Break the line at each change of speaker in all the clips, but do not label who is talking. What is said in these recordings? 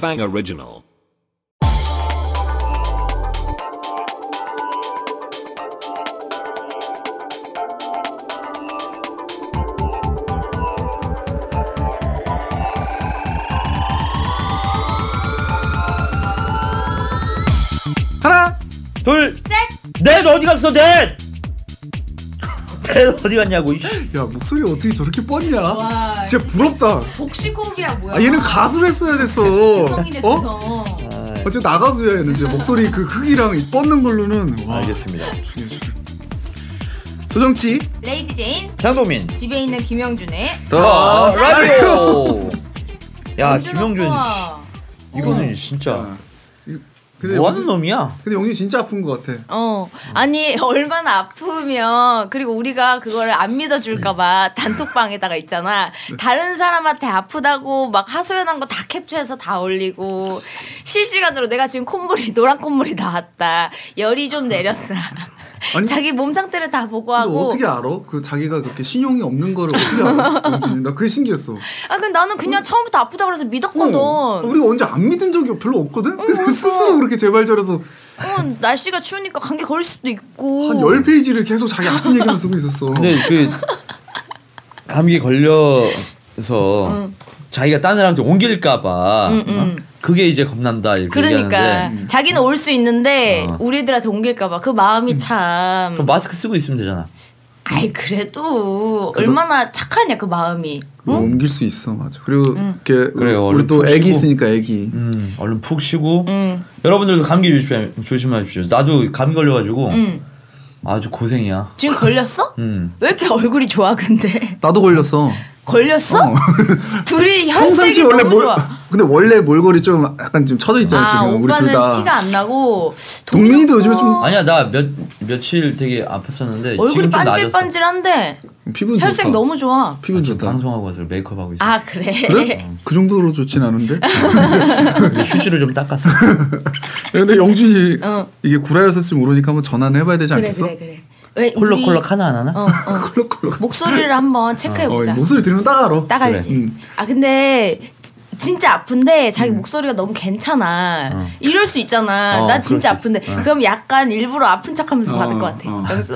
Bang Original.
하나
둘,
셋!
넷 어디 갔어 넷? 넷 어디 갔냐고 이씨.
야 목소리 어떻게 저렇게 뻗냐
와.
진짜 부럽다
복식호흡이야 뭐야?
아, 얘는 가수를 했어야 됐어
성인의
어?
구성.
어, 지금 나가수야 얘는 진짜 목소리 그 흙이랑 이 뻗는 걸로는 와
알겠습니다.
죽여 죽여 조정치
레이디 제인
장동민.
집에 있는 김영준의
더 라디오. 야
영준
김영준 씨,
오빠.
이거는 진짜
아, 이- 근데
어. 뭐
영진-
하는 놈이야?
근데 영진 진짜 아픈 것 같아
어 아니 얼마나 아프면 그리고 우리가 그걸 안 믿어줄까봐 단톡방에다가 있잖아 다른 사람한테 아프다고 막 하소연한 거 다 캡처해서 다 올리고 실시간으로 내가 지금 콧물이 노란 콧물이 나왔다 열이 좀 내렸다
아니,
자기 몸 상태를 다
근데
보고하고
어떻게 알아? 그 자기가 그렇게 신용이 없는 거를 어떻게 알아? 영진이? 나 그게 신기했어
아 근데 나는 그냥 처음부터 아프다 그래서 믿었거든
어, 우리가 언제 안 믿은 적이 별로 없거든? 근데 스스로 그렇게 재발절해서
어, 날씨가 추우니까 감기 걸릴 수도 있고
한 10페이지를 계속 자기 아픈 얘기만 쓰고 있었어.
근데 그 감기 걸려서 자기가 딴 사람한테 옮길까봐
음, 음.
어? 그게 이제 겁난다 이렇게
그러니까
얘기하는데
자기는 올 수 있는데
어.
우리들한테 옮길까봐 그 마음이 참
그럼 마스크 쓰고 있으면 되잖아.
아이 그래도 얼마나 착하냐 그 마음이
그거 뭐 옮길 수 있어, 맞아. 그리고 이렇게
그래요,
우리
얼른
또
푹
애기
쉬고.
있으니까 애기.
음, 얼른 푹 쉬고
음.
여러분들도 감기 조심, 조심하십시오. 나도 감기 걸려가지고
음.
아주 고생이야.
지금 걸렸어?
음.
왜 이렇게 얼굴이 좋아 근데
나도 걸렸어.
걸렸어? 둘이 혈색이 너무 좋아
근데 원래 몰골이 좀 약간 좀 처져 있잖아
아
지금 우리 둘
오빠는
다.
티가 안 나고
동민이도 요즘에 좀
오빠
아니야 나 몇 며칠 되게 아팠었는데
얼굴이
지금 좀 나아졌어.
반질반질한데
피부 좋다.
혈색 너무 좋아
피부 좋다.
방송하고 와서 메이크업 하고 있어.
아 그래?
그래? 그 정도로 좋진 않은데. 네,
근데 휴지를 좀 닦았어.
근데 영준이
어.
이게 구라였을지 모르니까 한번 전화는 해봐야 되지
그래
않겠어?
그래 그래 왜 우리-
콜록콜록 하나 안 하나?
어, 어.
콜록콜록.
목소리를 한번 체크해보자
어, 목소리 들으면 딱 알아.
따가지.
그래. 음.
아 근데 지- 진짜 아픈데 자기 목소리가 너무 괜찮아. 이럴 수 있잖아.
어,
나 진짜
그럴 수
아픈데 그럼 약간 일부러 아픈 척하면서
어,
받을 것 같아.
어.
여기서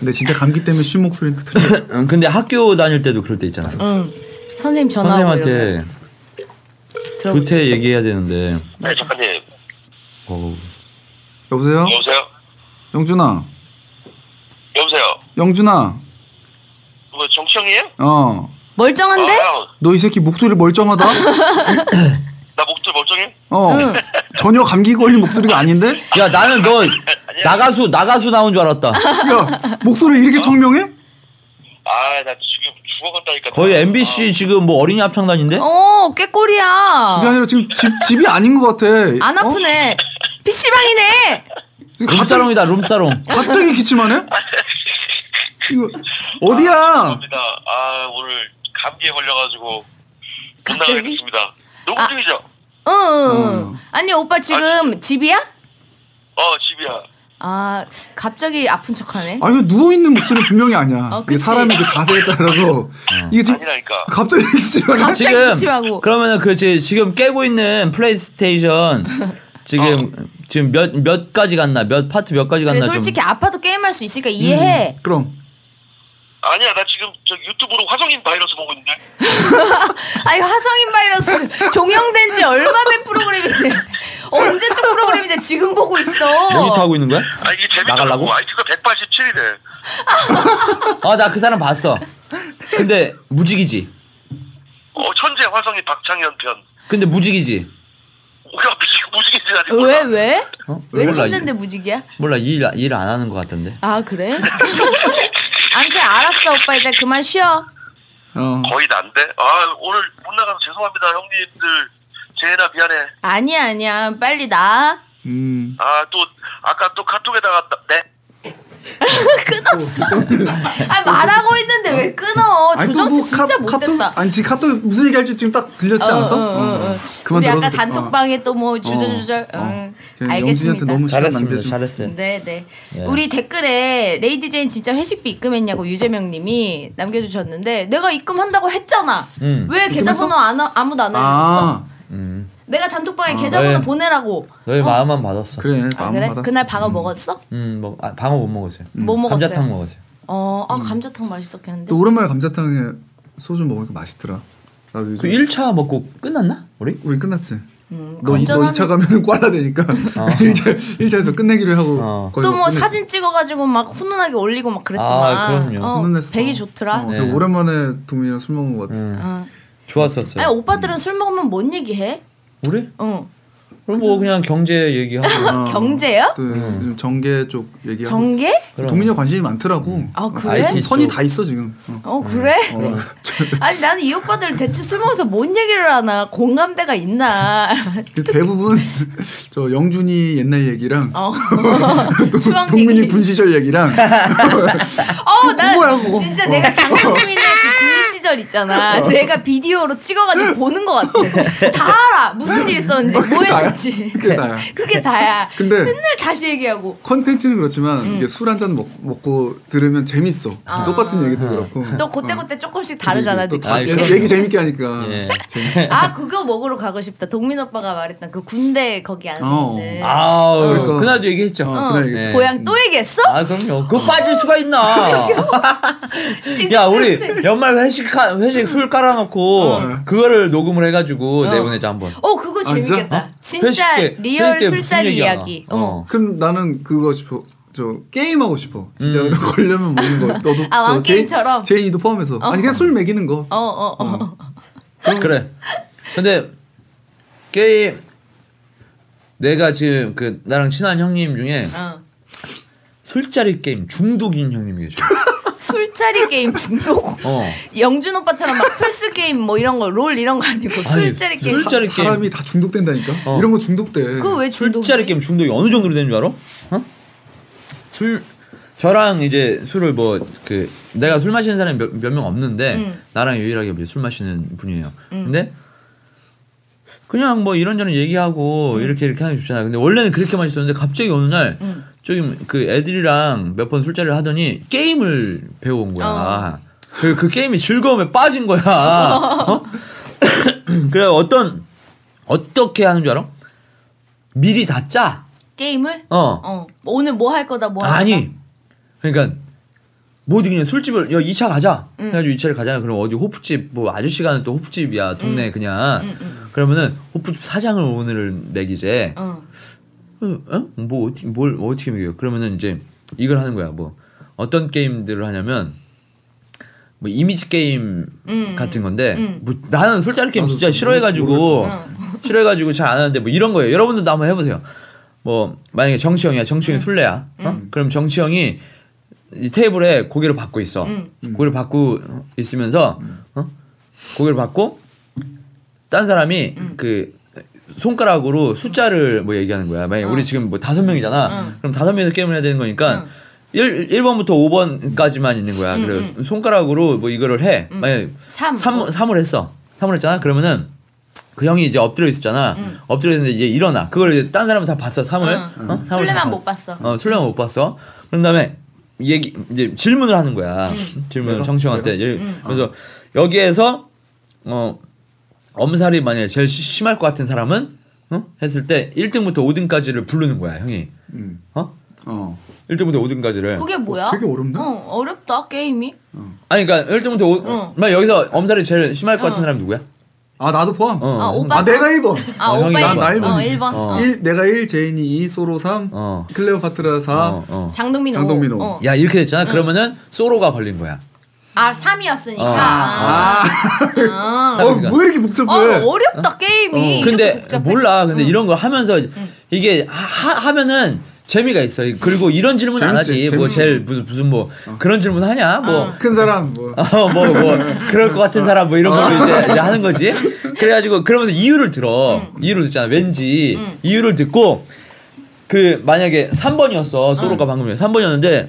근데 진짜 감기 때문에 쉰 목소리도 들려.
응, 근데 학교 다닐 때도 그럴 때 있잖아.
응. 선생님 전화 오고 이러면
선생님한테
들어보-
조퇴 얘기해야 되는데.
네, 작가님.
어우.
여보세요?
여보세요?
영준아.
여보세요?
영준아.
그거 정치형이에요?
어.
멀쩡한데?
아유,
너 이 새끼 목소리 멀쩡하다?
나 목줄 멀쩡해?
어. 전혀 감기 걸린 목소리가 아닌데?
야 나는 너 나가수 나가수 나온 줄 알았다.
야, 목소리
어.
이렇게 청명해?
아, 나 지금 죽어간다니까.
거의 MBC 지금 뭐 어린이 합창단인데?
어
그게
깨꼬리야.
아니라 지금 집, 집이 아닌 것 같아.
안
어?
아프네. PC방이네.
갑자기,
룸사롱이다 룸사롱.
갑자기 기침하네? 이거, 어디야?
감사합니다. 아, 오늘 감기에 걸려가지고 못
갑자기?
나가겠습니다. 녹음
아.
중이죠?
응.
어.
응. 아니 오빠 지금 집이야?
어, 집이야.
아 갑자기 아픈 척하네.
아, 이거 누워있는 목소리 분명히 아니야.
어,
이게
그치.
사람이 그 자세에
어.
따라서. 이게 지금
아니라니까.
갑자기 기침하네?
갑- 갑자기 기침하고.
그러면은 그 지- 지금 깨고 있는 플레이스테이션 지금 지금 몇 몇 가지 갔나 몇 파트 몇 가지
그래
갔나
네, 솔직히
좀.
아파도 게임할 수 있으니까 이해해.
그럼.
아니야, 나 지금 저 유튜브로 화성인 바이러스 보고 있는데.
아이 화성인 바이러스 종영된 지 얼마 된 프로그램인데 언제쯤 프로그램인데 지금 보고 있어.
모니터 하고 있는 거야?
아, 이게
나가려고?
재밌더라고. IQ가 187이래.
아 나 그 사람 봤어. 근데 무직이지.
어, 천재 화성인 박창현 편.
근데 무직이지.
우리가 무지개지 아직 몰라.
왜 왜?
어?
왜
몰라,
천재인데 무직이야?
몰라 일일안 하는 것 같던데.
아 그래? 아무튼 알았어 오빠 이제 그만 쉬어.
어.
거의 난데? 아, 오늘 못 나가서 죄송합니다, 형님들. 재해나 미안해.
아니야 아니야 빨리 나.
음.
아, 또, 아까 또 카톡에다가, 나- 네.
아 말하고 있는데 왜 끊어?
어, 아니, 또
조정치
뭐 카-
진짜 못됐다. 어,
카톡, 아니, 지금 카톡 무슨 얘기 할지 지금 딱 들렸지 않았어? 어, 어.
우리
들어도
아까
돼. 어.
단톡방에 또 뭐 주저주저.
어.
어.
그냥 영준이한테
알겠습니다.
너무 시간
잘했습니다.
낭비하지 마.
잘했어요.
네, 네. 우리 댓글에 레이디 제인 진짜 회식비 입금했냐고 유재명 님이 남겨 주셨는데 내가 입금한다고 했잖아.
음.
왜 계좌번호 안, 와- 아무도 안 알려줬어?
아,
음.
내가 단톡방에 계좌번호
네.
보내라고.
너의 마음만 받았어.
그래 마음
아, 그래?
받았어.
그날 방어 먹었어?
음, 뭐 아, 방어 못 먹었어요.
뭐 먹었어요?
감자탕 먹었어요.
어, 아 감자탕 맛있었겠는데.
음. 또 오랜만에 감자탕에 소주 먹으니까 맛있더라. 나도 요즘
그 1차 먹고 끝났나? 우리?
우리 끝났지.
음,
너, 이- 너
건전한-
2차 가면 꽈라 되니까 일 1차, 1차에서 끝내기로 하고
어.
거의
어. 또
막
뭐
끝냈어.
사진 찍어가지고 막 훈훈하게 올리고 막 그랬더만.
아, 그럼요.
어,
훈훈했어.
백이 좋더라.
어,
네.
되게 오랜만에 동민이랑 술 먹은 것 같아.
음,
응.
좋았었어요.
아니 오빠들은 술 먹으면 뭔 얘기해?
우리?
응.
그럼 뭐 그냥 경제 얘기하고
어,
경제요? 음.
또 요즘 정계 쪽 얘기하고.
전개?
그럼.
동민이 관심이 많더라고. 어.
아
아이,
그래?
지금 선이 다 있어 지금. 어.
어 그래?
어.
아니 나는 이 오빠들 대체 술 먹어서 뭔 얘기를 하나 공감대가 있나?
근데 그 대부분 저 영준이 옛날 얘기랑
어.
동-
추억
동민이
얘기.
군 시절 얘기랑
어, 나
그거야, 그거.
진짜
어.
내가 장난꾸미는 군 시절 있잖아. 내가 비디오로 찍어가지고 보는 것 같아. 다 알아. 무슨 일 있었는지, 뭐
그게 다야?
했는지.
그게 다야.
그게 다야.
근데
맨날 다시 얘기하고.
컨텐츠는 그렇지만 이게 술 한 잔 먹고 들으면 재밌어.
음. 아. 음.
똑같은 얘기도 그렇고.
또 그때그때 조금씩 다르잖아.
어. 또
느낌.
다-
아,
얘-
그럼.
얘기 재밌게 하니까.
예.
아, 그거 먹으러 가고 싶다. 동민 오빠가 말했던 그 군대 거기 안에
어.
있는.
아,
그러니까.
그날도 얘기했죠.
어,
네. 어.
그날 얘기.
네.
고향 또 얘기했어?
아, 그럼요. 그거 빠질 수가 있나?
진짜
야, 우리 연말 회식 하- 회식 술 깔아 놓고 그거를 녹음을 해 가지고
어.
내보내자 한번.
어, 그거
진짜?
재밌겠다.
어?
진짜
아, 회식 때-
리얼
회식 때 무슨
술자리
얘기하나?
이야기.
어.
어.
그럼 나는 그거 싶어. 저 게임 하고 싶어. 진짜
음.
걸려면 먹는 거. 너도
아,
저
왕게임처럼?
제인- 제인이도 포함해서. 아니 그냥 술 먹이는 거.
어, 어, 어.
그래. 근데 게임 내가 지금 그 나랑 친한 형님 중에
어.
술자리 게임 중독인 형님이 계셔.
술자리 게임 중독.
어.
영준 오빠처럼 막 패스 게임 뭐 이런 거 롤 이런 거 아니고 술자리 게임.
술자리 게임.
사람이 다 중독된다니까.
어.
이런 거 중독돼.
그거 왜 중독이지?
술자리 게임 중독이 어느 정도로 되는 줄 알아? 어? 술 저랑 이제 술을 뭐 그 내가 술 마시는 사람이 몇 명 없는데
음.
나랑 유일하게 이제 술 마시는 분이에요. 근데 그냥 뭐 이런저런
음.
얘기하고 이렇게 이렇게 하는 게 좋잖아요. 근데 원래는 그렇게 마셨었는데 갑자기 어느 날
음.
저기 그 애들이랑 몇 번 술자리를 하더니 게임을 배워온
어.
거야. 그, 그 게임이 즐거움에 빠진 거야. 어? 그래 어떤 어떻게 하는 줄 알아? 미리 다 짜.
게임을?
어.
어. 뭐 오늘 뭐 할 거다 뭐 할 거다.
아니. 그러니까 뭐 어디 그냥 술집을 야 2차 가자. 그래가지고 2차를 가잖아. 그럼 어디 호프집 뭐 아저씨가는 또 호프집이야 동네 그냥. 그러면은 호프집 사장을 오늘은 매기재.
어.
어? 어? 뭐 어떻게 뭘 어떻게 매겨요? 그러면은 이제 이걸 하는 거야. 뭐 어떤 게임들을 하냐면 뭐 이미지 게임 같은 건데 뭐 나는 술자리 게임 진짜 싫어해가지고 싫어해가지고 잘 안 하는데 뭐 이런 거예요. 여러분들도 한번 해보세요. 뭐 만약에 정치 형이야, 정치 형이 술래야. 어? 그럼 정치 형이 이 테이블에 고개를 받고 있어. 고개를 받고 있으면서 어? 고개를 받고 딴 사람이 그 손가락으로 숫자를 뭐 얘기하는 거야. 만약에 우리 지금 뭐 다섯 명이잖아. 그럼 다섯 명이서 게임을 해야 되는 거니까 일 1, 번부터 5번까지만 있는 거야. 그래서 손가락으로 뭐 이거를 해. 만약에
삼.
3, 삼을 했어. 3을 했잖아. 그러면은 그 형이 이제 엎드려 있었잖아. 엎드려 있는데 이제 일어나. 그걸 이제 딴 사람은 다 봤어. 3을.
응. 술래만 못 봤어.
어, 술래만 못 봤어. 그런 다음에 얘기 이제 질문을 하는 거야. 질문을
내가?
청취형한테. 예, 그래서 여기에서 어 엄살이 만약에 제일 시- 심할 것 같은 사람은 어? 했을 때 1등부터 5등까지를 부르는 거야, 형이.
음.
어?
어.
1등부터 5등까지를.
그게 뭐야?
되게 어렵네.
어, 어렵다 게임이.
아니 그러니까 1등부터 5
응.
만약 여기서 엄살이 제일 심할 것 같은
응.
사람이 누구야?
아 나도 포함.
어.
아,
아
오빠 사-
내가 1번.
아,
어, 형이
오빠
나-
일-
나
어,
일본이지.
1번.
어.
어.
일 내가 1, 제인이 2, 소로 3,
어.
클레오파트라 4.
어, 어.
장동민 오.
장동민 오.
어.
야, 이렇게 됐잖아. 그러면은 소로가 걸린 거야.
아, 3이었으니까.
어.
아.
아. 아.
어, 뭐 이렇게 복잡해.
어, 어렵다 게임이. 음. 이렇게
음. 근데
복잡해? 음.
몰라. 근데 이런 거 하면서 이게 하, 하면은 재미가 있어. 그리고 이런 질문 안 하지.
재밌지,
뭐
재밌지. 어.
제일 무슨 무슨 뭐 그런 질문 하냐?
아.
뭐
큰 사람 뭐.
어, 뭐, 뭐, 그럴 것 같은 사람, 뭐,
어.
이런 걸로 이제, 이제 하는 거지. 그래가지고, 그러면 이유를 들어. 이유를 듣잖아. 왠지. 이유를 듣고, 그, 만약에 3번이었어. 소로가 방금 3번이었는데,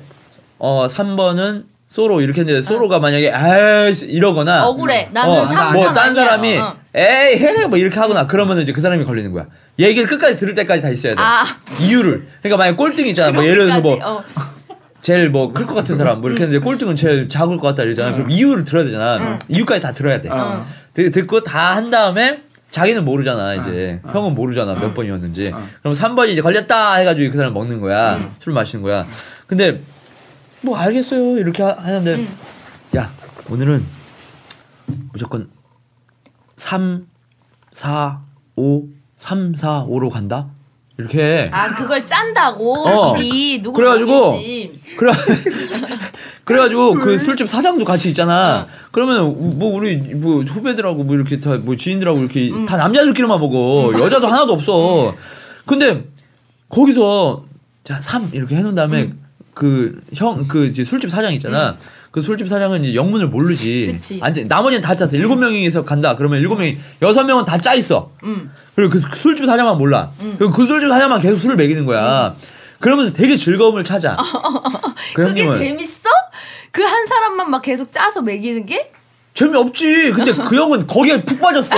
어, 3번은 소로 이렇게 했는데, 소로가 만약에, 아이씨, 이러거나.
억울해. 나는 3번
뭐, 딴
아니야.
사람이,
어.
에이, 해! 뭐, 이렇게 하거나, 그러면 이제 그 사람이 걸리는 거야. 얘기를 끝까지 들을 때까지 다 있어야 돼.
아.
이유를. 그러니까 만약에 꼴등 있잖아. 뭐, 예를 들어서 뭐,
여기까지. 어.
제일 뭐 클 것 같은 사람 뭐 이렇게 했는데 꼴등은 제일 작을
아.
것 같다 이러잖아. 그럼 이유를 들어야 되잖아. 이유까지 다 들어야 돼.
어.
되- 듣고 다 한 다음에 자기는 모르잖아 이제
아, 아.
형은 모르잖아 몇 번이었는지
아.
그럼 3번이 이제 걸렸다 해가지고 그 사람 먹는 거야 술 마시는 거야 근데 뭐 알겠어요 이렇게 하- 하는데 야 오늘은 무조건 3 4 5 3 4 5로 간다 이렇게 해.
아 그걸 짠다고
어.
이 누구
그래가지고
모르겠지.
그래 그래가지고
네.
그 술집 사장도 같이 있잖아. 그러면 뭐 우리 뭐 후배들하고 뭐 이렇게 다 뭐 지인들하고 이렇게
음.
다 남자들끼리만 먹어. 여자도 하나도
네.
없어. 근데 거기서 자3 이렇게 해놓은 다음에 그 형 그 술집 사장 있잖아. 그 술집 사장은 이제 영문을 모르지.
음. 그치.
앉아- 나머지는 다 짰어. 일곱 명이서 간다. 그러면 일곱 명이 여섯 명은 다 짜 있어.
음.
그리고 그 술집 사장만 몰라. 그리고 그 술집 사장만 계속 술을 먹이는
음.
거야. 그러면서 되게 즐거움을 찾아. 그
그게
형님은
재밌어? 그 한 사람만 막 계속 짜서 먹이는 게
재미없지. 근데 그 형은 거기에 푹 빠졌어.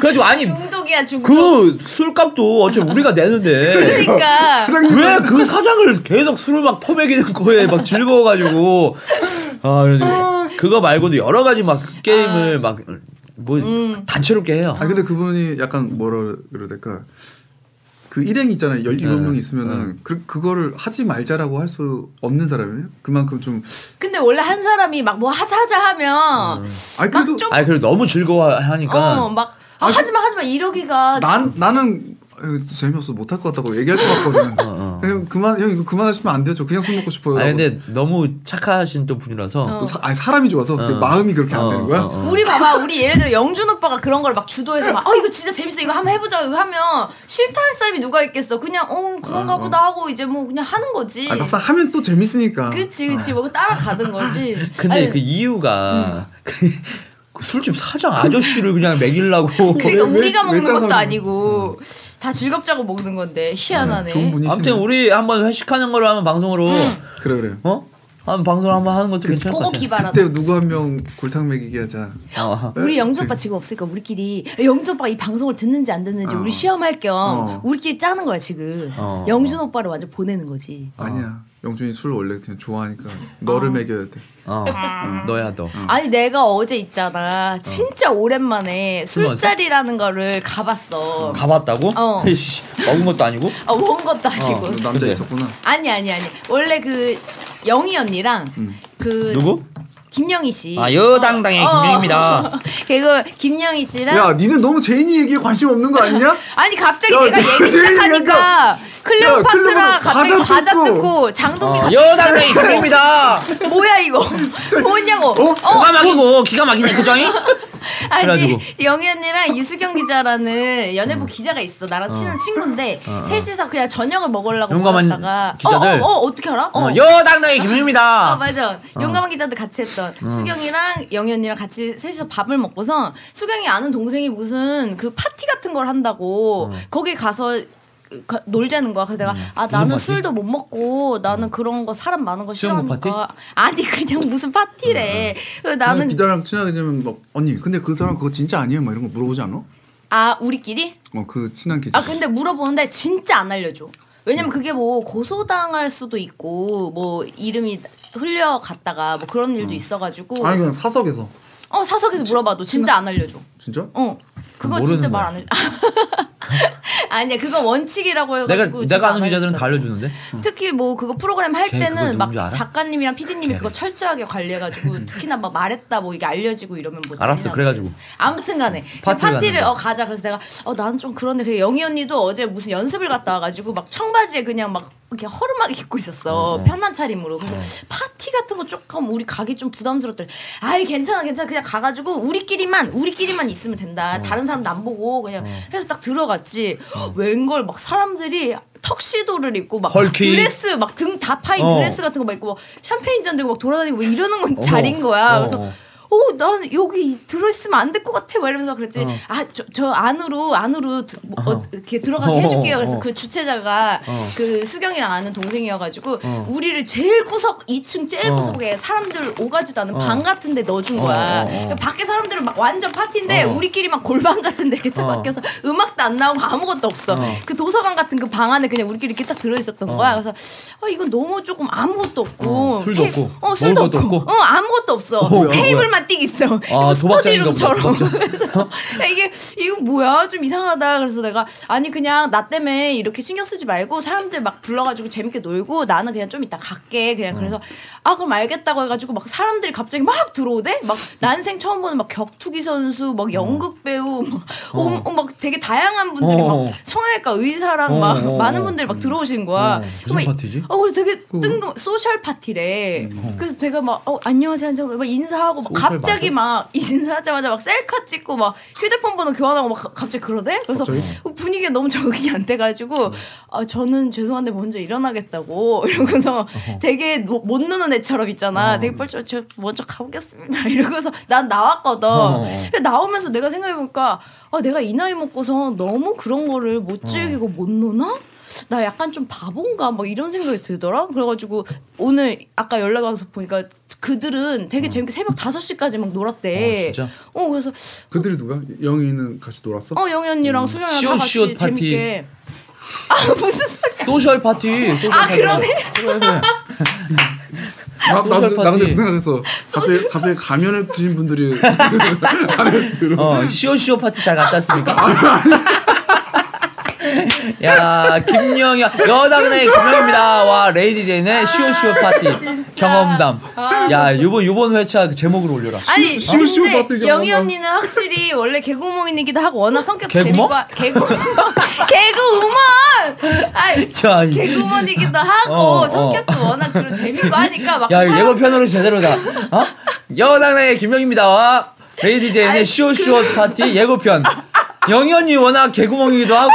그래가지고 아니
중독이야 중독.
그 술값도 어차피 우리가 내는데
그러니까
왜 그 사장을 계속 술을 막 퍼먹이는 거에 막 즐거워가지고 아 그래가지고 그거 말고도 여러 가지 막
아.
게임을 막 뭐
음.
다채롭게 해요.
아 근데 그분이 약간 뭐라 그래야 될까 그 일행이 있잖아요 열일곱
네.
명 있으면은 그 그거를 하지 말자라고 할 수 없는 사람이에요 그만큼 좀
근데 원래 한 사람이 막 뭐 하자 하자 하면
아니 그래도
좀-
아 음. 그래도 너무 즐거워하니까
어막 아, 하지마 하지마 이러기가
난 나는 아유, 재미없어 못할 것 같다고 얘기할 것 같거든
어.
그냥 그만 형 이거 그만하시면 안 돼요 저 그냥 술 먹고 싶어요
아니
라고.
근데 너무 착하신 또 분이라서
어.
또 사, 아니 사람이 좋아서 그
어.
마음이 그렇게 안
어,
되는 거야
어, 어.
우리 봐봐 우리 예를 들어 영준 오빠가 그런 걸 막 주도해서 막 어 이거 진짜 재밌어 이거 한번 해보자 이거 하면 싫다 할 사람이 누가 있겠어 그냥 어 그런가 보다 하고 이제 뭐 그냥 하는 거지
아, 막상 하면 또 재밌으니까
그치 그치 뭐 따라가는 거지
근데
아니,
그
음.
이유가 그 술집 사장 아저씨를 그냥 먹이려고
그러니까
왜- 왜-
우리가
왜
먹는 것도
짜서
아니고 다 즐겁자고 먹는 건데 희한하네
좋은 분이시네
아무튼 우리 한번 회식하는 걸로 한번 방송으로
그래 그래
어? 한번 방송을 한번 하는 것도 괜찮을 것
그거
같아.
기발하다
그때 누구 한 명 골탕 먹이게 하자
어.
우리 영준
네.
오빠 지금 없으니까 우리끼리 영준 오빠가 이 방송을 듣는지 안 듣는지
어.
우리 시험할 겸
어.
우리끼리 짜는 거야 지금
어.
영준 오빠를 완전 보내는 거지
아니야 영준이 술 원래 그냥 좋아하니까 너를 먹여야 돼
어. 너야 너.
음.
아니 내가 어제 있잖아 진짜
어.
오랜만에
술 마셔?
술자리라는 거를 가봤어
가봤다고?
어.
이씨, 먹은 것도 아니고.
어, 먹은 것도 아니고
어,
너 남자
근데.
있었구나
아니 아니 아니 원래 그 영희 언니랑
음.
그
누구?
김영희 씨
아 여당당의
어.
김민입니다.
그리고 김영희 씨랑
야, 니는 너무 제인이 얘기에 관심 없는 거 아니냐?
아니 갑자기
야,
내가
너
얘기
제일
시작하니까
약간- 클레오파트라
클레오파트라 갑자기
과자
과자
뜯고. 어.
뜯고 장동민 갑자기
아, 여당당의 김민입니다.
어. 뭐야 이거 뭐냐고
어?
기가 막히고 기가 막히네 그장이?
아니
그래가지고. 음.
영희 언니랑 이수경 기자라는 연예부 기자가 있어 나랑 친한 친구인데 셋이서 그냥 저녁을 먹으려고
어, 용감한
모였다가
기자들.
어, 어, 어, 어떻게 알아? 어.
어, 여당당의
아
김민입니다.
맞아 용감한 기자들 같이 했던 수경이랑 영희 언니랑 같이 셋이서 밥을 먹고서 수경이 아는 동생이 무슨 그 파티 같은 걸 한다고 거기 가서 그- 가- 놀자는 거야. 그래서 내가 아 나는
파티?
술도 못 먹고 나는 그런 거 사람 많은 거
수영복
싫어하니까 아니 그냥 무슨 파티래. 그래서 나는
기자랑 친하게 지면 막 언니 근데 그 사람 그거 진짜 아니에요? 막 이런 거 물어보지 않아?
아 우리끼리
어 그 친한 기자
아 근데 물어보는데 진짜 안 알려줘. 왜냐면 그게 뭐 고소당할 수도 있고 뭐 이름이 흘려갔다가 뭐 그런 일도 있어가지고
아니 그냥 사석에서
어 사석에서 물어봐도 진짜 안 알려줘.
진짜?
어 그거
모르는
진짜 말
거야.
안 해. 아니야 그거 원칙이라고
내가
해가지고 진짜
내가
안
아는 기자들은 다
알려줘.
알려주는데.
특히 뭐 그거 프로그램 할
걔 그거
때는 막
누군지 알아?
작가님이랑 피디님이 그거 철저하게 관리해가지고 특히나 막 말했다 뭐 이게 알려지고 이러면 뭐
알았어,
난리나고.
그래가지고.
아무튼간에
음. 파티를
파티를, 파티를
가는
어 가자 그래서 내가 어 나는 좀 그런데 그 영희 언니도 어제 무슨 연습을 갔다 와가지고 막 청바지에 그냥 막 이렇게 허름하게 입고 있었어
음.
편한 차림으로 그래서 파티 같은 거 조금 우리 가기 좀 부담스럽더래 아이 괜찮아 괜찮아 그냥 가가지고 우리끼리만 우리끼리만 있으면
어.
된다 다른 사람도 안 보고 그냥 해서 딱 들어갔지 웬걸 막 사람들이 턱시도를 입고 막
헐키.
드레스 막 등 다 파인
어.
드레스 같은 거 막 입고 막 샴페인 잔 들고 막 돌아다니고 막 이러는 건
어머.
자린 거야
어,
그래서
어.
어, 난 여기 들어있으면 안 될 것 같아. 막 이러면서
어.
그랬더니, 아, 저, 저 안으로, 안으로, 드- 뭐, 어, 이렇게 들어가게
어,
해줄게요.
어,
그래서
어.
그 주최자가 그 수경이랑 아는 동생이어가지고, 우리를 제일 구석, 2층 제일
어.
구석에 사람들 오가지도 않은 방 같은 데 넣어준 거야.
어, 어, 어.
그러니까 밖에 사람들은 막 완전 파티인데,
어.
우리끼리 막 골방 같은 데 이렇게 처박혀서 음악도 안 나오고 아무것도 없어.
어.
그 도서관 같은 그 방 안에 그냥 우리끼리 이렇게 딱 들어있었던 거야. 그래서, 어, 이건 너무 조금 아무것도 없고.
어, 술도
테이-
없고,
어,
먹을
술도
것도
없고.
없고.
어, 아무것도 없어.
뭐야,
테이블만 띄기 있어.
아,
이거 스터디룸처럼.
도박장인가 보다.
그래서 이게 이거 뭐야? 좀 이상하다. 그래서 내가 아니 그냥 나 때문에 이렇게 신경 쓰지 말고 사람들 막 불러가지고 재밌게 놀고 나는 그냥 좀 이따 갈게.
어.
그냥 그래서 아 그럼 알겠다고 해가지고 막 사람들이 갑자기 막 들어오대. 막 난생 처음 보는 막 격투기 선수, 막
어.
연극 배우, 막, 어, 어, 막 되게 다양한 분들이
어.
막 성형외과 의사랑
어,
막
어,
많은
어.
분들이 막 들어오신 거야.
어, 무슨
아, 그러면
파티지?
어, 그래 되게 뜬금 소셜 파티래. 그래서 내가 막 어, 안녕하세요, 안녕하세요 막 인사하고 막
소셜
갑자기 막 인사하자마자 막 셀카 찍고 막 휴대폰 번호 교환하고 막 가- 갑자기 그러대. 그래서 어, 분위기가 너무 적응이 안 돼가지고 아 저는 죄송한데 먼저 일어나겠다고 이러고서 되게 노- 못 노는 애처럼 있잖아. 되게 뻘쭘 저 먼저 가보겠습니다 이러고서 난 나왔거든.
어.
근데 나오면서 내가 생각해보니까 아 내가 이 나이 먹고서 너무 그런 거를
어.
못 즐기고 못 노나? 나 약간 좀 바본가 막 이런 생각이 들더라. 그래가지고 오늘 아까 연락 와서 보니까 그들은 되게 재밌게 새벽 5시까지 막 놀았대.
음. 어, 진짜?
어, 그래서
그들이 누가? 영희는 같이 놀았어?
어 영희 언니랑 수정이랑 다 같이
음. 시옷, 시옷 파티.
재밌게. 아 무슨 소리야?
소셜 파티. 소셜
아,
파티.
그러네.
그래, 그래.
나, 나도,
소셜
나 근데 그
파티.
생각했어. 갑자기, 갑자기 가면을 끼신 분들이 가면을 들어.
음.
어, 시오 시오 파티 잘 갔다 왔습니까? 야, 김영희 여당의 김영입니다. 와, 레이디 제인의 시오 시오 파티
아, 진짜. 아.
경험담. 야, 요번 요번 회차 그 제목으로 올려라.
아니
시옷, 시옷 파티
근데
경험담.
영희 언니는 확실히 원래 개구멍이기도 하고 워낙 성격
개구멍?
재밌고 하- 개구 개구우먼. 아니
야, 이-
개구먼이기도 하고
어, 어.
성격도 워낙 그런 재밌고 하니까 막
야,
사람-
이거 예고편으로 제대로다. 어? 여당의 김영입니다. 와, 레이디 제인의
아니,
시오 시오
그
파티 예고편. 영희 언니 워낙 개구멍이기도 하고.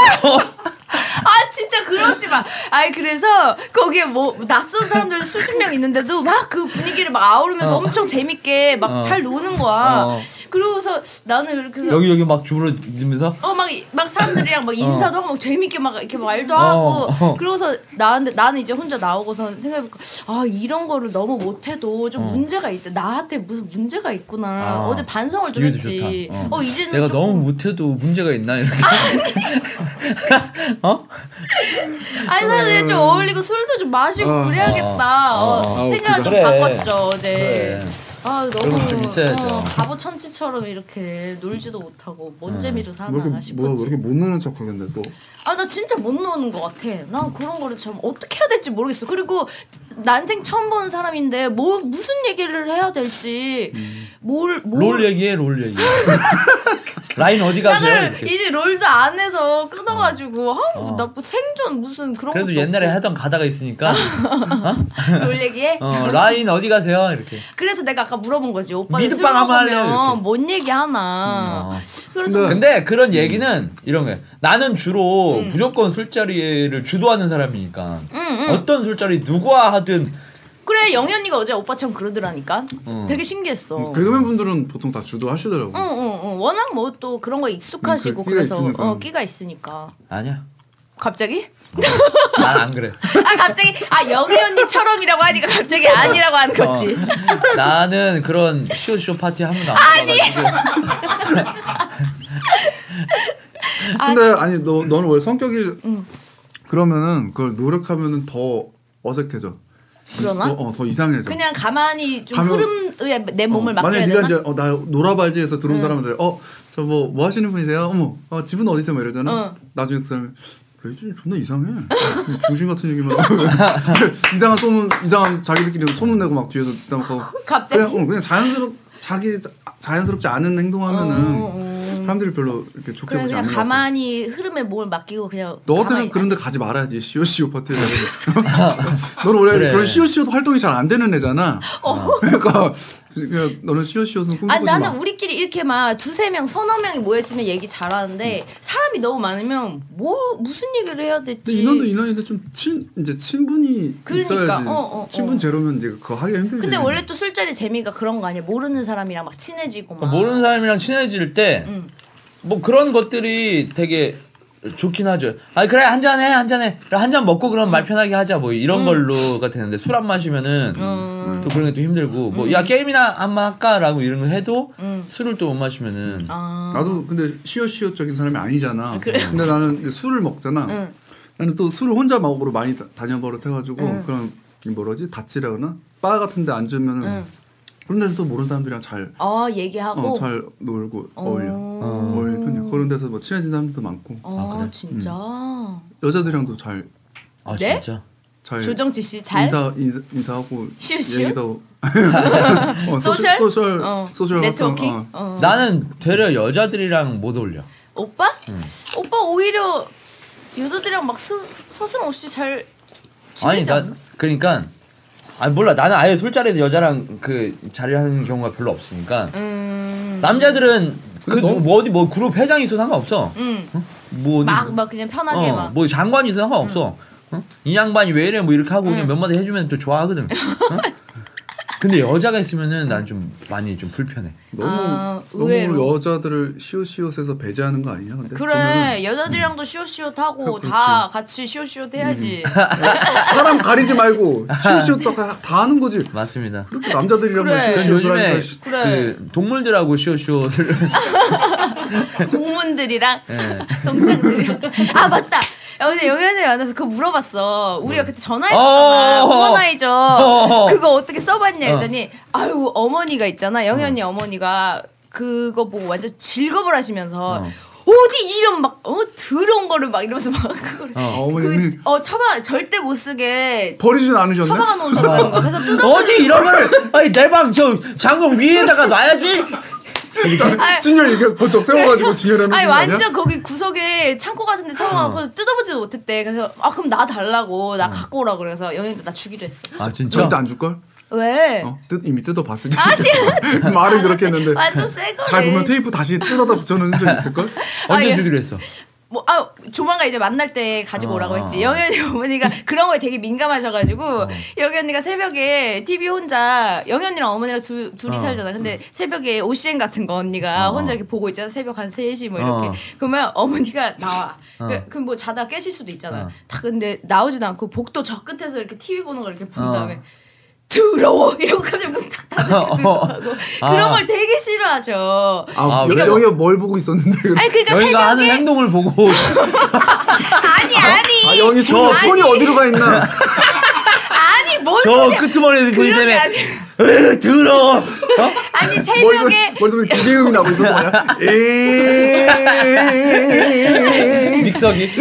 아 진짜 그러지 마. 아니 그래서 거기에 뭐 낯선 사람들 수십 명 있는데도 막 그 분위기를 막 아우르면서
어.
엄청 재밌게 막
어.
잘 노는 거야.
어.
그러고서 나는 이렇게 해서
여기 여기 막 주물러면서
어 막 막 사람들이랑 막 인사도 하고 막 재밌게 막 이렇게 말도 하고
어.
그러고서 나한테 나는 이제 혼자 나오고서 생각해보니까 아 이런 거를 너무 못해도 좀 문제가 있다 나한테 무슨 문제가 있구나
어. 아.
어제 반성을 좀
이유도
했지
좋다.
어, 이제는
내가
조금-
너무 못해도 문제가 있나 이렇게. 어?
아니 사실
음.
좀 어울리고 술도 좀 마시고
아,
그래야겠다. 어,
아,
아,
생각을 좀
그래.
바꿨죠 어제.
그래.
아
그런
너무
거좀 있어야죠.
어, 바보 천치처럼 이렇게 놀지도 못하고 뭔
네.
재미로
왜
아, 사나
이렇게, 뭐, 왜
싶었지.
이렇게 못 노는 척 하겠네, 또.
아 나 진짜 못 노는 것 같아. 난 그런 거를 참 어떻게 해야 될지 모르겠어. 그리고 난생 처음 보는 사람인데 뭐 무슨 얘기를 해야 될지 뭘 뭘.
음. 롤 얘기해 롤 얘기. 라인 어디 가세요?
짝을
이렇게.
이제 롤도 안 해서 끊어가지고
어.
아나뭐 생존 무슨 그런
그래도
것도
옛날에 하던 가다가 있으니까
없고 롤 얘기해
어, 라인 어디 가세요? 이렇게.
그래서 내가 아까 물어본 거지 오빠 술
미드빵 한번 할래요,
먹으면
이렇게.
뭔 얘기
음,
하나
아.
어.
그래도
근데 그런 얘기는 이런 거예요. 나는 주로 무조건 술자리를 주도하는 사람이니까 어떤 술자리 누구와 하든
그래 영희 언니가 어제 오빠처럼 그러더라니까
어.
되게 신기했어
음, 개그맨 분들은 보통 다 주도하시더라고.
응, 응, 응. 워낙 뭐 또 그런 거 익숙하시고
음,
그,
그
래
끼가
서
있으니까.
어, 끼가 있으니까
아니야.
갑자기
난 안 그래.
아 갑자기 아 영희 언니처럼이라고 하니까 갑자기 아니라고 하는 거지
어. 나는 그런 쇼쇼 파티 한 번도 안 가가지고
근데 아니 너 너는 원래 성격이 그러면은 그걸 노력하면은 더 어색해져.
그러나?
더, 어, 더 이상해져.
그냥 가만히 좀
가면-
흐름에 내
어,
몸을 맡겨야
만약에 네가
되나
이제 어, 나 놀아봐야지 해서 들어온 사람한테 어저 뭐 뭐 하시는 분이세요? 어머 어, 집은 어디세요? 막 이러잖아.
응.
나중에 그 사람이 레이지 존나 이상해. 중심 같은 얘기만 하고 이상한 소문 이상한 자기들끼리 소문 내고 막 뒤에서 듣다 하고
갑자기?
그냥, 어, 그냥 자연스럽 자기 자, 자연스럽지 않은 행동하면은
어, 어, 어.
사람들이 별로 이렇게 좋게
그래
보지
그냥
않는 것 같아.
가만히 흐름에 몸을 맡기고 그냥
너
가만히
같으면 그런데 가지 말아야지 시오시오 파티에 너는 원래
그래.
그런 시오시오도 활동이 잘 안 되는 애잖아 그러니까 그냥 너는 시오시오는
어. 아
꿈꾸지 음, 마
나는 우리끼리 이렇게 막 두세 명 서너 명이 모였으면 얘기 잘하는데 사람이 너무 많으면 뭐 무슨 얘기를 해야 될지
음. 근데 인원도 인원인데 좀 친 이제 친분이
그러니까,
있어야지
어, 어, 어.
친분 제로면 이제 그거 하기 힘들지
근데 원래 또 술자리 재미가 그런 거 아니야 모르는 사람이랑 막 친해지고 막
아. 모르는 사람이랑 친해질 때 뭐
음.
그런 것들이 되게 좋긴 하죠. 아 그래 한 잔 해, 한 잔 해. 한 잔 먹고 그럼 말 편하게 하자. 뭐
음.
이런 걸로가 되는데 술 안 마시면은 또 그런 게 또 힘들고 뭐 야 게임이나 한번 할까라고 이런 거 해도
음.
술을 또 못 마시면은
아
나도 근데 시오시오적인 사람이 아니잖아
그래.
근데 나는 이제 술을 먹잖아
응.
나는 또 술을 혼자 먹으러 많이 다- 다녀버릇 해가지고 그런 뭐라지 다치라거나 바 같은데 앉으면은 그런 데서도 모르는 사람들이랑 잘,
어
어,
얘기하고.
잘 놀고
어.
어울려.
어.
어울려 편이야. 그런 데서 뭐 친해진 사람들도 많고
어,
아, 그래?
진짜.
여자들이랑도 잘,
아
네?
진짜?
음. 잘
조정치 씨 잘.
인사 인사 인사하고
쉬우쉬우?
얘기도 어,
소셜?
소셜
어,
소셜
네트워킹.
같은, 거, 어.
어.
나는 되려 여자들이랑 못 어울려.
오빠?
음.
오빠 오히려 여자들이랑 막 수, 서슴없이 잘
아니
지내지
나
않나?
그러니까 아 몰라 나는 아예 술자리에서 여자랑 그 자리를 하는 경우가 별로 없으니까
음.
남자들은
근데 너무-
그뭐 어디 뭐 그룹 회장이 있어 상관없어.
음.
뭐 어디
막, 막 그냥 편하게
어,
막.
뭐 장관이 있어 상관없어. 어? 이 양반이 왜 이래 뭐 이렇게 하고 그냥 몇 마디 해주면 또 좋아하거든. 어? 근데 여자가 있으면은 난 좀 많이 좀 불편해.
너무
아, 의외로.
너무 여자들을 시옷시옷에서 배제하는 거 아니냐? 근데
그래
보면은
여자들이랑도 시옷시옷하고
그렇지.
다 같이 시옷시옷 해야지
사람 가리지 말고 시옷시옷 다, 다 하는 거지.
맞습니다.
그렇게 남자들이랑
그래.
그래.
전 요즘에
시옷시옷하니까
그래.
그 동물들하고 쇼쇼를
고문들이랑 동창들이랑 아 맞다 야, 어제 영현이 만나서 그거 물어봤어 우리가 그때 전화했잖아
어.
응원하이죠
어.
그거 어떻게 써봤냐
어.
했더니 아유 어머니가 있잖아 영현이 어. 머니가 그거 보고 완전 즐겁을 하시면서
어.
어디 이런 막 어 더러운 거를 막 이러면서 막 그걸
어.
어머님이
그, 어 처방 절대 못 쓰게
버리진 않으셨네.
처박아 놓으셨다는 거야 그래서 뜯어
어디 이런 거를 아니 내 방 저 장롱 위에다가 놔야지.
아니,
진열 이게 번쩍 세워가지고 진열하는
아니
거 아니야?
완전 거기 구석에 창고 같은데 처박아서 뜯어보지도 못했대. 그래서 아 그럼 나 달라고
어.
나 갖고 오라 그래서 영현이도 나 주기로 했어.
아 진짜?
절대 안줄 걸?
왜?
어, 뜯 이미 뜯어봤을
네. 아
텐데
진짜
말은 그렇게 했는데
완전 새 거래.
잘 보면 테이프 다시 뜯어다 붙여놓은 적 있을 걸?
언제
아, 예.
주기로 했어?
뭐아 조만간 이제 만날 때 가지고 오라고
아. 어.
했지. 영현이 어머니가 그런 거에 되게 민감하셔가지고 영현이가 새벽에 TV 혼자 영현이랑 어머니랑 두, 둘이
어.
살잖아. 근데 새벽에 OCN 같은 거 언니가
어.
혼자 이렇게 보고 있잖아. 새벽 한 3시 뭐 이렇게.
어.
그러면 어머니가 나와.
어.
그럼 뭐 자다 깨실 수도 있잖아.
어.
다 근데 나오지도 않고 복도 저 끝에서 이렇게 TV 보는 걸 이렇게 본
어.
다음에 더러워 이러고까지 문딱 닫으시고
어.
그런
아.
걸 되게 싫어하셔.
아,
아,
여-
그래?
영희가 뭘 보고 있었는데 그래.
아니 그러니까
여기가 하는
새벽에
행동을 보고
아니 아니
아 영희 손,
아니.
손이 어디로 가 있나?
아니 뭔
저
소리야?
끄트머리 있는 분이
그런 게
때문에
아니
으, 더러워. 어?
뭐
아니
머리도
새벽에
머리도 기계음이 나고 있었 거야.
예.
에이.
믹서기.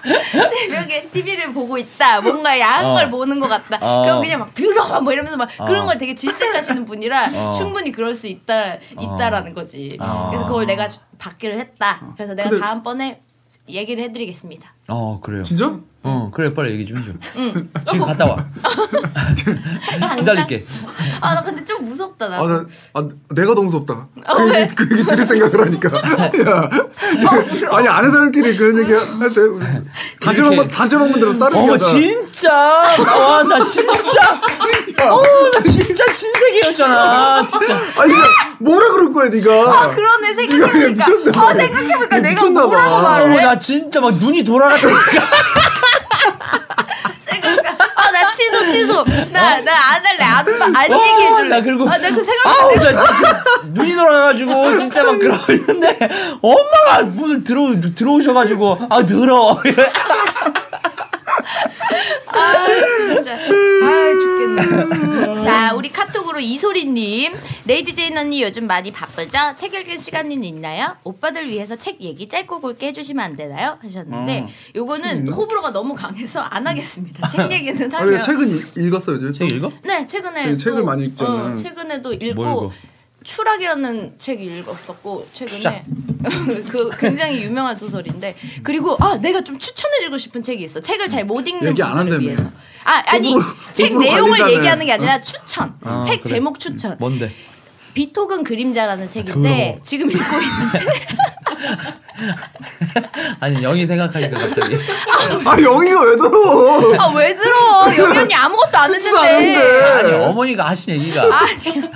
새벽에 TV를 보고 있다 뭔가 야한
어.
걸 보는 것 같다
어.
그럼 그냥 막 들어와 뭐 이러면서 막 그런
어.
걸 되게 질색하시는 분이라
어.
충분히 그럴 수 있다 있다라는 거지
어.
그래서 그걸 내가 주- 받기로 했다 그래서 내가
근데-
다음번에 얘기를 해드리겠습니다
어 그래요.
진짜?
어 그래 빨리 얘기 좀 해줘. 지금 갔다 와.
당장-
기다릴게.
아 나 근데 좀 무섭다
음,
나 어,
아, 나, 아, 내가 너무 무섭다. 그 얘기, 그 얘기 들을 생각을 하니까. 야. 아니, 아는 사람끼리 그런 얘기 할 때. 단지만 번,
이렇게.
단지만 번 들어서 다른
어
얘기 하잖아.
진짜 와나 진짜 어나 진짜 신세계였잖아 진짜.
아니, 야, 뭐라 그럴 거야, 네가
아 그러네
네가
생각해보니까
미쳤나
아
봐.
생각해보니까 내가
미쳤나
뭐라고
봐.
말을 해
어나 진짜 막 눈이 돌아갔다니까.
생각 아나 취소 취소 나 나 안 할래 안안
어,
얘기해줄래
나 그리고
아나그 생각
아우 나 지금 눈이 돌아가지고 진짜 막 그러는데 엄마가 문을 들어 들어오셔가지고 아 더러워.
아 진짜 아 죽겠네 자 우리 카톡으로 이소리님 레이디 제인 언니 요즘 많이 바쁘죠 책 읽을 시간이 있나요 오빠들 위해서 책 얘기 짧고 굵게 해주시면 안 되나요 하셨는데
어.
요거는 호불호가 너무 강해서 안 하겠습니다 책 얘기는
아니,
하면
최근 이- 읽었어요, 요즘.
책 읽어?
네 최근에
최근 책을
또,
많이 읽잖아.
어, 최근에도
뭐
읽고
읽어?
추락이라는 책 읽었었고
추락.
최근에 그 굉장히 유명한 소설인데 그리고 아 내가 좀 추천해주고 싶은 책이 있어 책을 잘 못 읽는
얘기 안
분들을
한다며.
위해서 아 아니
호불호-
책
호불호 어?
내용을
갈린다네.
얘기하는 게 아니라 추천
아,
책
그래.
제목 추천
뭔데?
비토근 그림자라는 책인데
더러워.
지금 읽고 있는데
아니 영희 생각하니까 갑자기
아, 영희가 왜 들어?
아 왜 들어 여기언니 아무것도 안 했는데
않은데.
아니 어머니가 하신 얘기가
아니야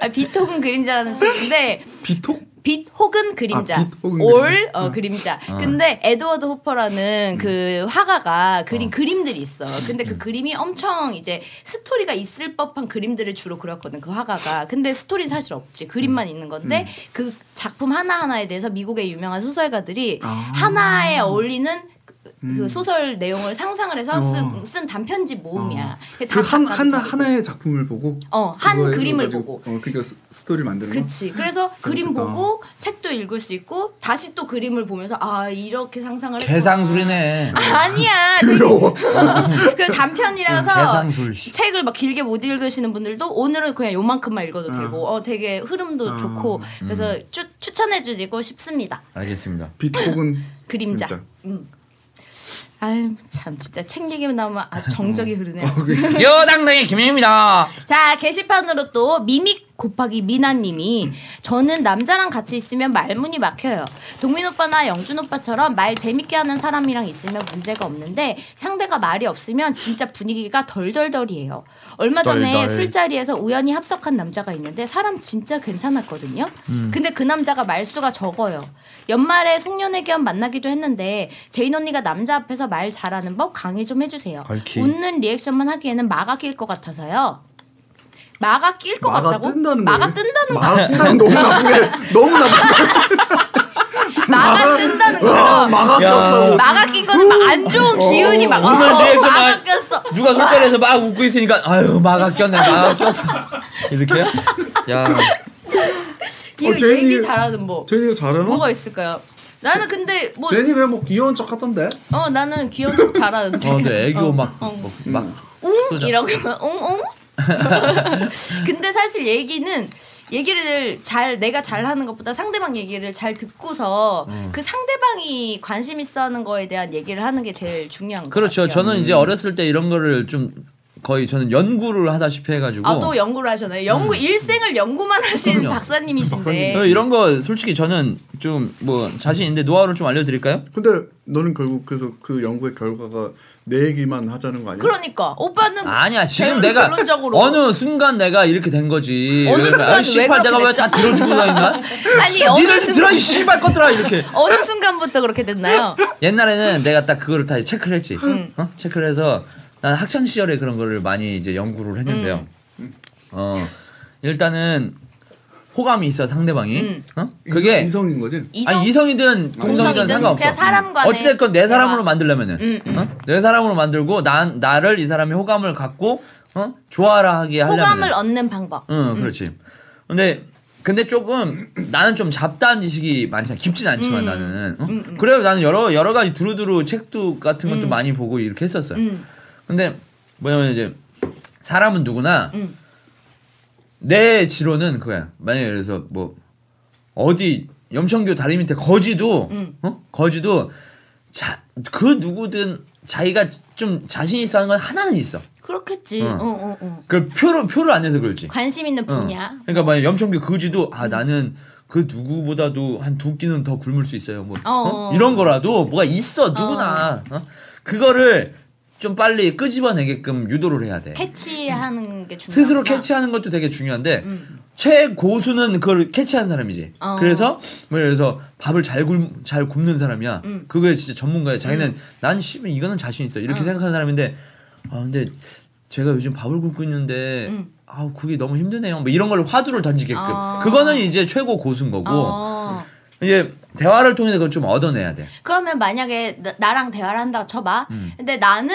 아, 비토근 그림자라는 책인데
비톡?
빛 혹은
아,
그림자,
빛 혹은
올 어, 그림자. 근데 에드워드
음.
호퍼라는 그 화가가 그린 그림들이 있어. 근데 그 그림이 엄청 이제 스토리가 있을 법한 그림들을 주로 그렸거든 그 화가가. 근데 스토리는 사실 없지. 그림만
음.
있는 건데 그 작품 하나 하나에 대해서 미국의 유명한 소설가들이
아. 음.
하나에 어울리는 그 그 소설 내용을 상상을 해서
어.
쓴, 쓴 단편집 모음이야. 다
그한 한,
각각
하나의 작품을 보고
어, 한
그거에
그림을
가지고-
보고.
어, 그러니까 스- 스토리를 만드는 거.
그치. 그래서 그림
재밌겠다.
보고 책도 읽을 수 있고 다시 또 그림을 보면서 아 이렇게 상상을 했구나.
개상술이네.
아니야.
두려워.
그 단편이라서
개상술씨.
책을 막 길게 못 읽으시는 분들도 오늘은 그냥 요만큼만 읽어도 되고 어 되게 흐름도
어.
좋고 그래서 추, 추천해 주고 싶습니다.
알겠습니다.
빛곡은
그림자.
그림자.
음. 아유 참 진짜 책 얘기만 나오면 아주 정적이 흐르네요.
여당당의 김혜입니다.
자 게시판으로 또 미믹 곱하기 미나님이 저는 남자랑 같이 있으면 말문이 막혀요. 동민 오빠나 영준 오빠처럼 말 재밌게 하는 사람이랑 있으면 문제가 없는데 상대가 말이 없으면 진짜 분위기가 덜덜덜이에요. 얼마 전에
덜덜.
술자리에서 우연히 합석한 남자가 있는데 사람 진짜 괜찮았거든요. 근데 그 남자가 말수가 적어요. 연말에 송년회견 만나기도 했는데 제인 언니가 남자 앞에서 말 잘하는 법 강의 좀 해주세요.
얼키.
웃는 리액션만 하기에는 마가 낄 것 같아서요. 마가 낄 것
마가
같다고?
뜬다는
마가
거예요?
뜬다는 거.
마가 뜬다는 너무 나쁘게 너무 나쁘게
마가 뜬다는 거죠.
마가 떴다고.
마가 낀 거는 막 안 좋은 기운이 막 어,
오늘 리액션
마가
말-
꼈어.
누가 술자리에서 막 웃고 있으니까 아유 마가 꼈네 마가 꼈어 이렇게요? 야
이거
제니-
얘기 잘하는 뭐
제니가 잘하나?
뭐가 있을까요? 나는 근데 뭐
제니 그냥 뭐 귀여운 척 하던데.
어 나는 귀여운 척 잘하는데.
어, 근데 애교 막,
어,
막, 막
웅
쏘자.
이러고 웅웅. 근데 사실 얘기는 얘기를 잘 내가 잘하는 것보다 상대방 얘기를 잘 듣고서
음.
그 상대방이 관심 있어하는 거에 대한 얘기를 하는 게 제일 중요한 거
그렇죠.
같아요.
저는 이제 어렸을 때 이런 거를 좀 거의 저는 연구를 하다시피 해가지고
아또 연구를 하셨나요? 연구 일생을 연구만 하신
어. 음. 그럼요.
박사님이신데
어, 이런 거 솔직히 저는 좀 뭐 자신 있는데 노하우를 좀 알려드릴까요?
근데 너는 결국 그래서 그 연구의 결과가 내 얘기만 하자는 거 아니야?
그러니까 오빠는
아니야 지금
결-
내가
결론적으로.
어느 순간 내가 이렇게 된 거지.
어느
그래서,
순간
아이,
왜
씨발 내가
그렇게
왜 다 들어주고 다니나?
아니 어느
니들 들어
순간
이 씨발 것들아 이렇게.
어느 순간부터 그렇게 됐나요?
옛날에는 내가 딱 그거를 다 체크를 했지. 어? 체크를 해서 난 학창 시절에 그런 거를 많이 이제 연구를 했는데요. 어 일단은 호감이 있어 상대방이.
음.
어? 그게
이성인 거지.
이성
아니 이성이든 동성이든
동성이든
상관없어.
그냥 사람 간의
어찌됐건 내 사람으로
대화.
만들려면은
음, 음.
어? 내 사람으로 만들고 난 나를 이 사람이 호감을 갖고 어? 좋아라 하게 하려면
호감을 얻는 방법.
응, 그렇지. 근데 근데 조금 나는 좀 잡다한 지식이 많잖아. 깊진
음.
않지만 나는. 어? 그래요. 나는 여러 여러 가지 두루두루 책도 같은 것도 많이 보고 이렇게 했었어요.
음.
근데 뭐냐면 이제 사람은 누구나
음.
내 지론은 그거야. 만약에 그래서 뭐 어디 염천교 다리 밑에 거지도
음.
어? 거지도 자 그 누구든 자기가 좀 자신 있어 하는 건 하나는 있어.
그렇겠지.
어.
어, 어, 어.
그걸 표를 표를 안 내서 그렇지.
관심 있는
어.
분야.
그러니까 만약 염청규 그지도 아 나는 그 누구보다도 한 두 끼는 더 굶을 수 있어요. 뭐
어,
어?
어.
이런 거라도 뭐가 있어 누구나 어? 그거를 좀 빨리 끄집어내게끔 유도를 해야 돼.
캐치하는 게
음.
중요해.
스스로 캐치하는 것도 되게 중요한데 최고수는 그걸 캐치하는 사람이지.
음. 어.
그래서 뭐 그래서 밥을 잘, 굶, 잘 굶는 사람이야.
음.
그거에 진짜 전문가야. 자기는 난 씨발 이거는 자신 있어 이렇게 생각하는 사람인데 아 근데 제가 요즘 밥을 굶고 있는데
음.
아 그게 너무 힘드네요. 뭐 이런 걸 화두를 던지게끔
아.
그거는 이제 최고 고수인 거고
어.
이제 대화를 통해서 그걸 좀 얻어내야 돼.
그러면 만약에 나, 랑 대화를 한다고 쳐봐.
음.
근데 나는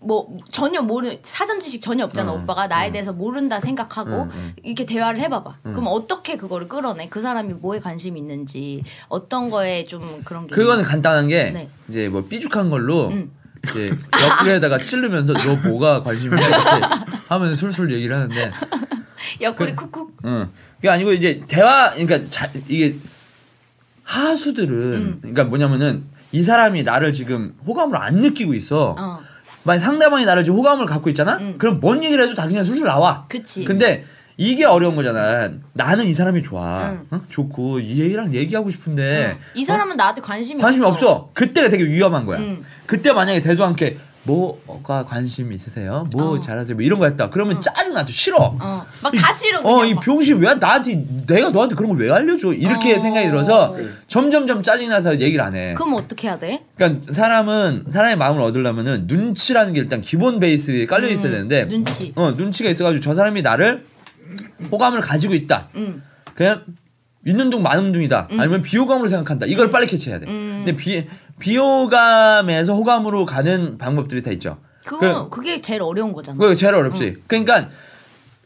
뭐 전혀 모르 사전 지식 전혀 없잖아
어,
오빠가 나에 대해서 모른다 생각하고
어, 어.
이렇게 대화를 해봐봐
음.
그럼 어떻게 그거를 끌어내 그 사람이 뭐에 관심이 있는지 어떤 거에 좀 그런 게
그거는 간단한 게
네.
이제 뭐 삐죽한 걸로
음.
이제 옆구리에다가 찌르면서 너 뭐가 관심이 이렇게 하면 술술 얘기를 하는데 그
있는지. 옆구리 쿡쿡
응. 그게 아니고 이제 대화 그러니까 자, 이게 하수들은
음.
그러니까 뭐냐면은 이 사람이 나를 지금 호감을 안 느끼고 있어.
어
만약 상대방이 나를 지금 호감을 갖고 있잖아.
음.
그럼 뭔 얘기를 해도 다 그냥 술술 나와.
그치.
근데 이게 어려운 거잖아. 나는 이 사람이 좋아.
응.
응? 좋고 이 얘기랑 얘기하고 싶은데
어. 음. 이 사람은 나한테 관심이
관심이
없어.
없어. 그때가 되게 위험한 거야.
음.
그때 만약에 대도 함께 뭐가 관심 있으세요? 뭐
어.
잘하세요? 뭐 이런 거 했다. 그러면 짜증나죠. 싫어.
어막 그러니까. 다 싫어 그냥
어, 이
막.
병신 왜 나한테 내가 너한테 그런 걸 왜 알려줘? 이렇게
어.
생각이 들어서 점점점 짜증 나서 얘기를 안 해.
그럼 어떻게 해야 돼?
그러니까 사람은 사람의 마음을 얻으려면은 눈치라는 게 일단 기본 베이스에 깔려 있어야
음,
되는데
눈치.
어, 눈치가 있어 가지고 저 사람이 나를 호감을 가지고 있다.
음.
그냥 있는 둥 마는 둥이다. 아니면 비호감으로 생각한다. 이걸 빨리 캐치해야 돼.
음.
근데 비 비호감에서 호감으로 가는 방법들이 다 있죠.
그거 그게 제일 어려운 거잖아.
그 제일 어렵지. 그러니까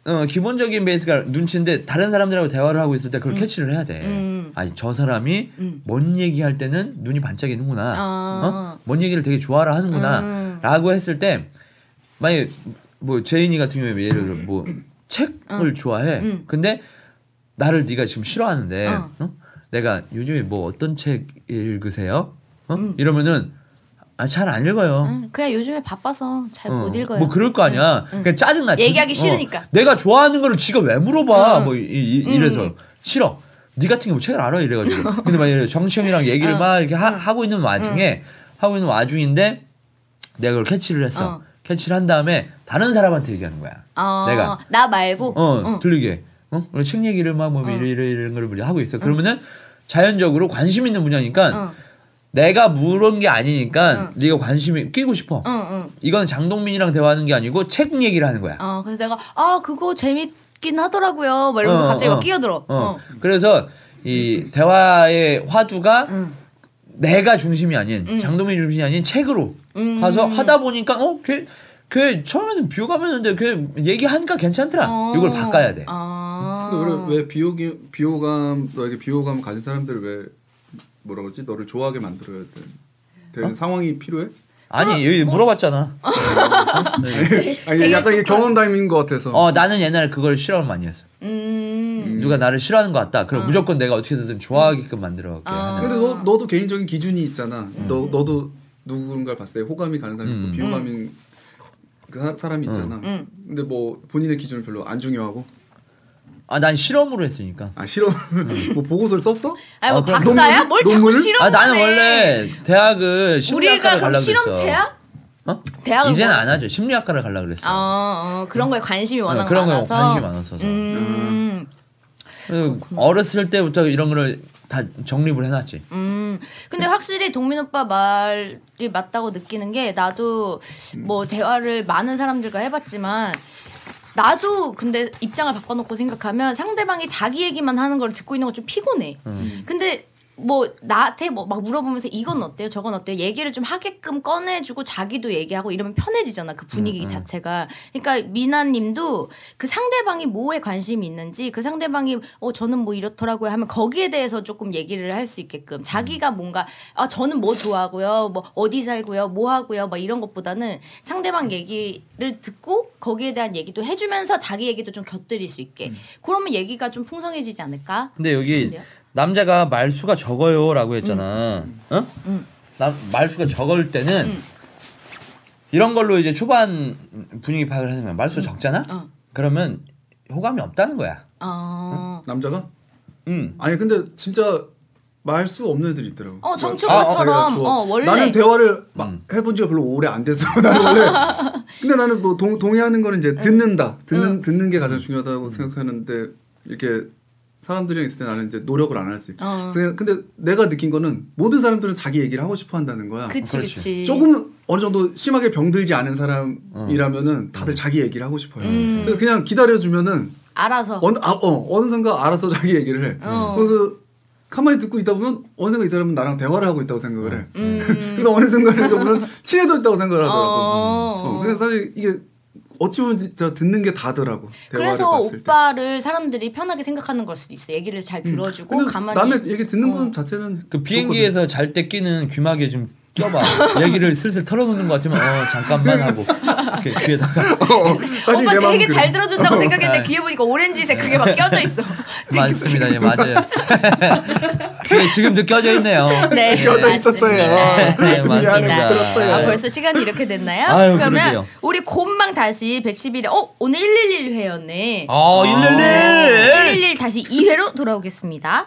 어, 기본적인 베이스가 눈치인데 다른 사람들하고 대화를 하고 있을 때 그걸 캐치를 해야 돼.
음.
아니 저 사람이 뭔 얘기할 때는 눈이 반짝이는구나.
아.
어? 뭔 얘기를 되게 좋아라
음.
하는구나라고 했을 때 만약 뭐 제인이 같은 경우에 예를 들어 뭐 책을 좋아해.
음.
근데 나를 네가 지금 싫어하는데
어.
어? 내가 요즘에 뭐 어떤 책 읽으세요? 어? 이러면은 아, 잘 안 읽어요.
응, 그냥 요즘에 바빠서 잘 아, 못
어,
읽어요.
뭐 그럴 거 아니야. 그냥 짜증나.
얘기하기
어,
싫으니까.
내가 좋아하는 거를 지가 왜 물어봐.
응.
뭐 이, 래서 싫어. 네 같은 경우 책을 알아 이래가지고. 근데 만약에 정치형이랑 얘기를 막 이렇게 하, 고 있는 와중에 하고 있는 와중인데 내가 그걸 캐치를 했어.
어.
캐치를 한 다음에 다른 사람한테 얘기하는 거야.
어,
내가
나 말고
어,
응.
들리게. 어? 우리 책 얘기를 막뭐 이래 이래 이런 걸 우리 하고 있어. 그러면은 자연적으로 관심 있는 분야니까
응.
내가 물은 게 아니니까 네가 관심이 끼고 싶어.
응, 응.
이건 장동민이랑 대화하는 게 아니고 책 얘기를 하는 거야.
어, 그래서 내가 아 그거 재밌긴 하더라고요. 막 이러면서
어,
갑자기
어.
막 끼어들어.
어.
어.
그래서 이 대화의 화두가
응.
내가 중심이 아닌 장동민 중심이 아닌 책으로
음.
가서 하다 보니까 어걔 걔 처음에는 비호감이었는데 걔 얘기하니까 괜찮더라.
어.
아, 이걸 바꿔야 돼.
아.
근데 원래 왜 비호기, 비호감 너에게 비호감 가진 사람들을 왜 뭐라 그러지 너를 좋아하게 만들어야 돼? 되는 상황이 필요해?
아니 여기
뭐?
물어봤잖아.
아니 약간 이게 경험담인 것 같아서.
어 나는 옛날에 그걸 실험을 많이 했어.
음.
누가 나를 싫어하는 것 같다. 그럼 무조건 내가 어떻게든 좋아하게끔 만들어갈게.
아.
하는.
근데 너 너도 개인적인 기준이 있잖아. 너 너도 누군가를 봤을 때 호감이 가는 사람이 있고
음.
비호감인 그 사- 사람이 있잖아.
음.
근데 뭐 본인의 기준을 별로 안 중요하고
아, 난 실험으로 했으니까.
아 싫어.
음.
뭐 보고서를 썼어?
아니 뭐
아, 그럼
박사야?
논문?
뭘 자꾸
논문?
싫어?
아, 나는 원래 대학을
우리가
심리학과를
그럼
가려고 그랬어.
실험체야?
어?
대학을
이제는
뭐-
안 하죠. 심리학과를 가려고 그랬어.
어, 어, 그런 거에 관심이 워낙
그런 거에
많아서.
관심이 많았어서.
음.
그 어렸을 때부터 이런 거를 다 정립을 해놨지.
음. 근데 확실히 동민 오빠 말이 맞다고 느끼는 게 나도 뭐 대화를 많은 사람들과 해봤지만 나도 근데 입장을 바꿔놓고 생각하면 상대방이 자기 얘기만 하는 걸 듣고 있는 거 좀 피곤해. 근데 뭐 나한테 뭐 막 물어보면서 이건 어때요 저건 어때요 얘기를 좀 하게끔 꺼내주고 자기도 얘기하고 이러면 편해지잖아 그 분위기 자체가 그러니까 미나님도 그 상대방이 뭐에 관심이 있는지 그 상대방이 어 저는 뭐 이렇더라고요 하면 거기에 대해서 조금 얘기를 할 수 있게끔 자기가
음.
뭔가 아 저는 뭐 좋아하고요 뭐 어디 살고요 뭐 하고요 막 이런 것보다는
음.
상대방 얘기를 듣고 거기에 대한 얘기도 해주면서 자기 얘기도 좀 곁들일 수 있게
음.
그러면 얘기가 좀 풍성해지지 않을까
근데 여기
근데요?
남자가 말수가 적어요라고 했잖아. 어?
음.
나 말수가 적을 때는 이런 걸로 이제 초반 분위기 파악을 하는 거야. 말수 적잖아.
어.
그러면 호감이 없다는 거야.
어.
남자가?
음.
응.
아니 근데 진짜 말 수 없는 애들이 있더라고.
어, 정치
아,
오빠처럼.
자기가 좋아.
어, 원래.
나는 대화를 막
음.
해본 지가 별로 오래 안 됐어. 나는 원래. 근데 나는 뭐 동, 동의하는 거는 이제 듣는다. 듣는 듣는 게 가장 중요하다고 생각하는데 이렇게 사람들이랑 있을 때 나는 이제 노력을 안 하지.
어.
그래서 근데 내가 느낀 거는 모든 사람들은 자기 얘기를 하고 싶어 한다는 거야.
그치
그렇지.
그치
아, 조금 어느 정도 심하게 병들지 않은 사람이라면은 다들 자기 얘기를 하고 싶어요.
음.
그래서 그냥 기다려주면은
알아서
어느 아, 어, 어느 순간 알아서 자기 얘기를 해.
어.
그래서 가만히 듣고 있다 보면 어느 순간 이 사람은 나랑 대화를 하고 있다고 생각을 해.
음.
그래서 어느 순간에 보면 친해졌다고 생각을 하더라고.
어.
어, 그래서 사실 이게 어찌 보면 진짜 듣는 게 다더라고. 대화를
그래서
봤을 때. 음.
오빠를 사람들이 편하게 생각하는 걸 수도 있어 얘기를 잘 들어주고
근데
가만히 어.
남의 얘기 듣는 건 자체는
그 비행기에서 잘 때 끼는 귀마개 좀 껴봐. 얘기를 슬슬 털어놓는 것 같으면 어 잠깐만 하고 이렇게 귀에다가
좋거든. 어, 어. 사실
오빠
내 마음은
되게
그래.
잘 들어준다고 생각했는데
네.
뒤에 보니까 오렌지색 그게 막 껴져 있어
맞습니다. 예 맞아요. 귀에 지금도 껴져 있네요.
네
껴져 있었어요.
맞습니다.
네,
맞습니다
맞습니다.
들었어요.
아, 벌써 시간이 이렇게 됐나요?
아유,
그러면
그러게요.
우리 곰망 다시 111회 어 오늘 111 회였네
아,
어, 111!
111 다시 2회로 돌아오겠습니다.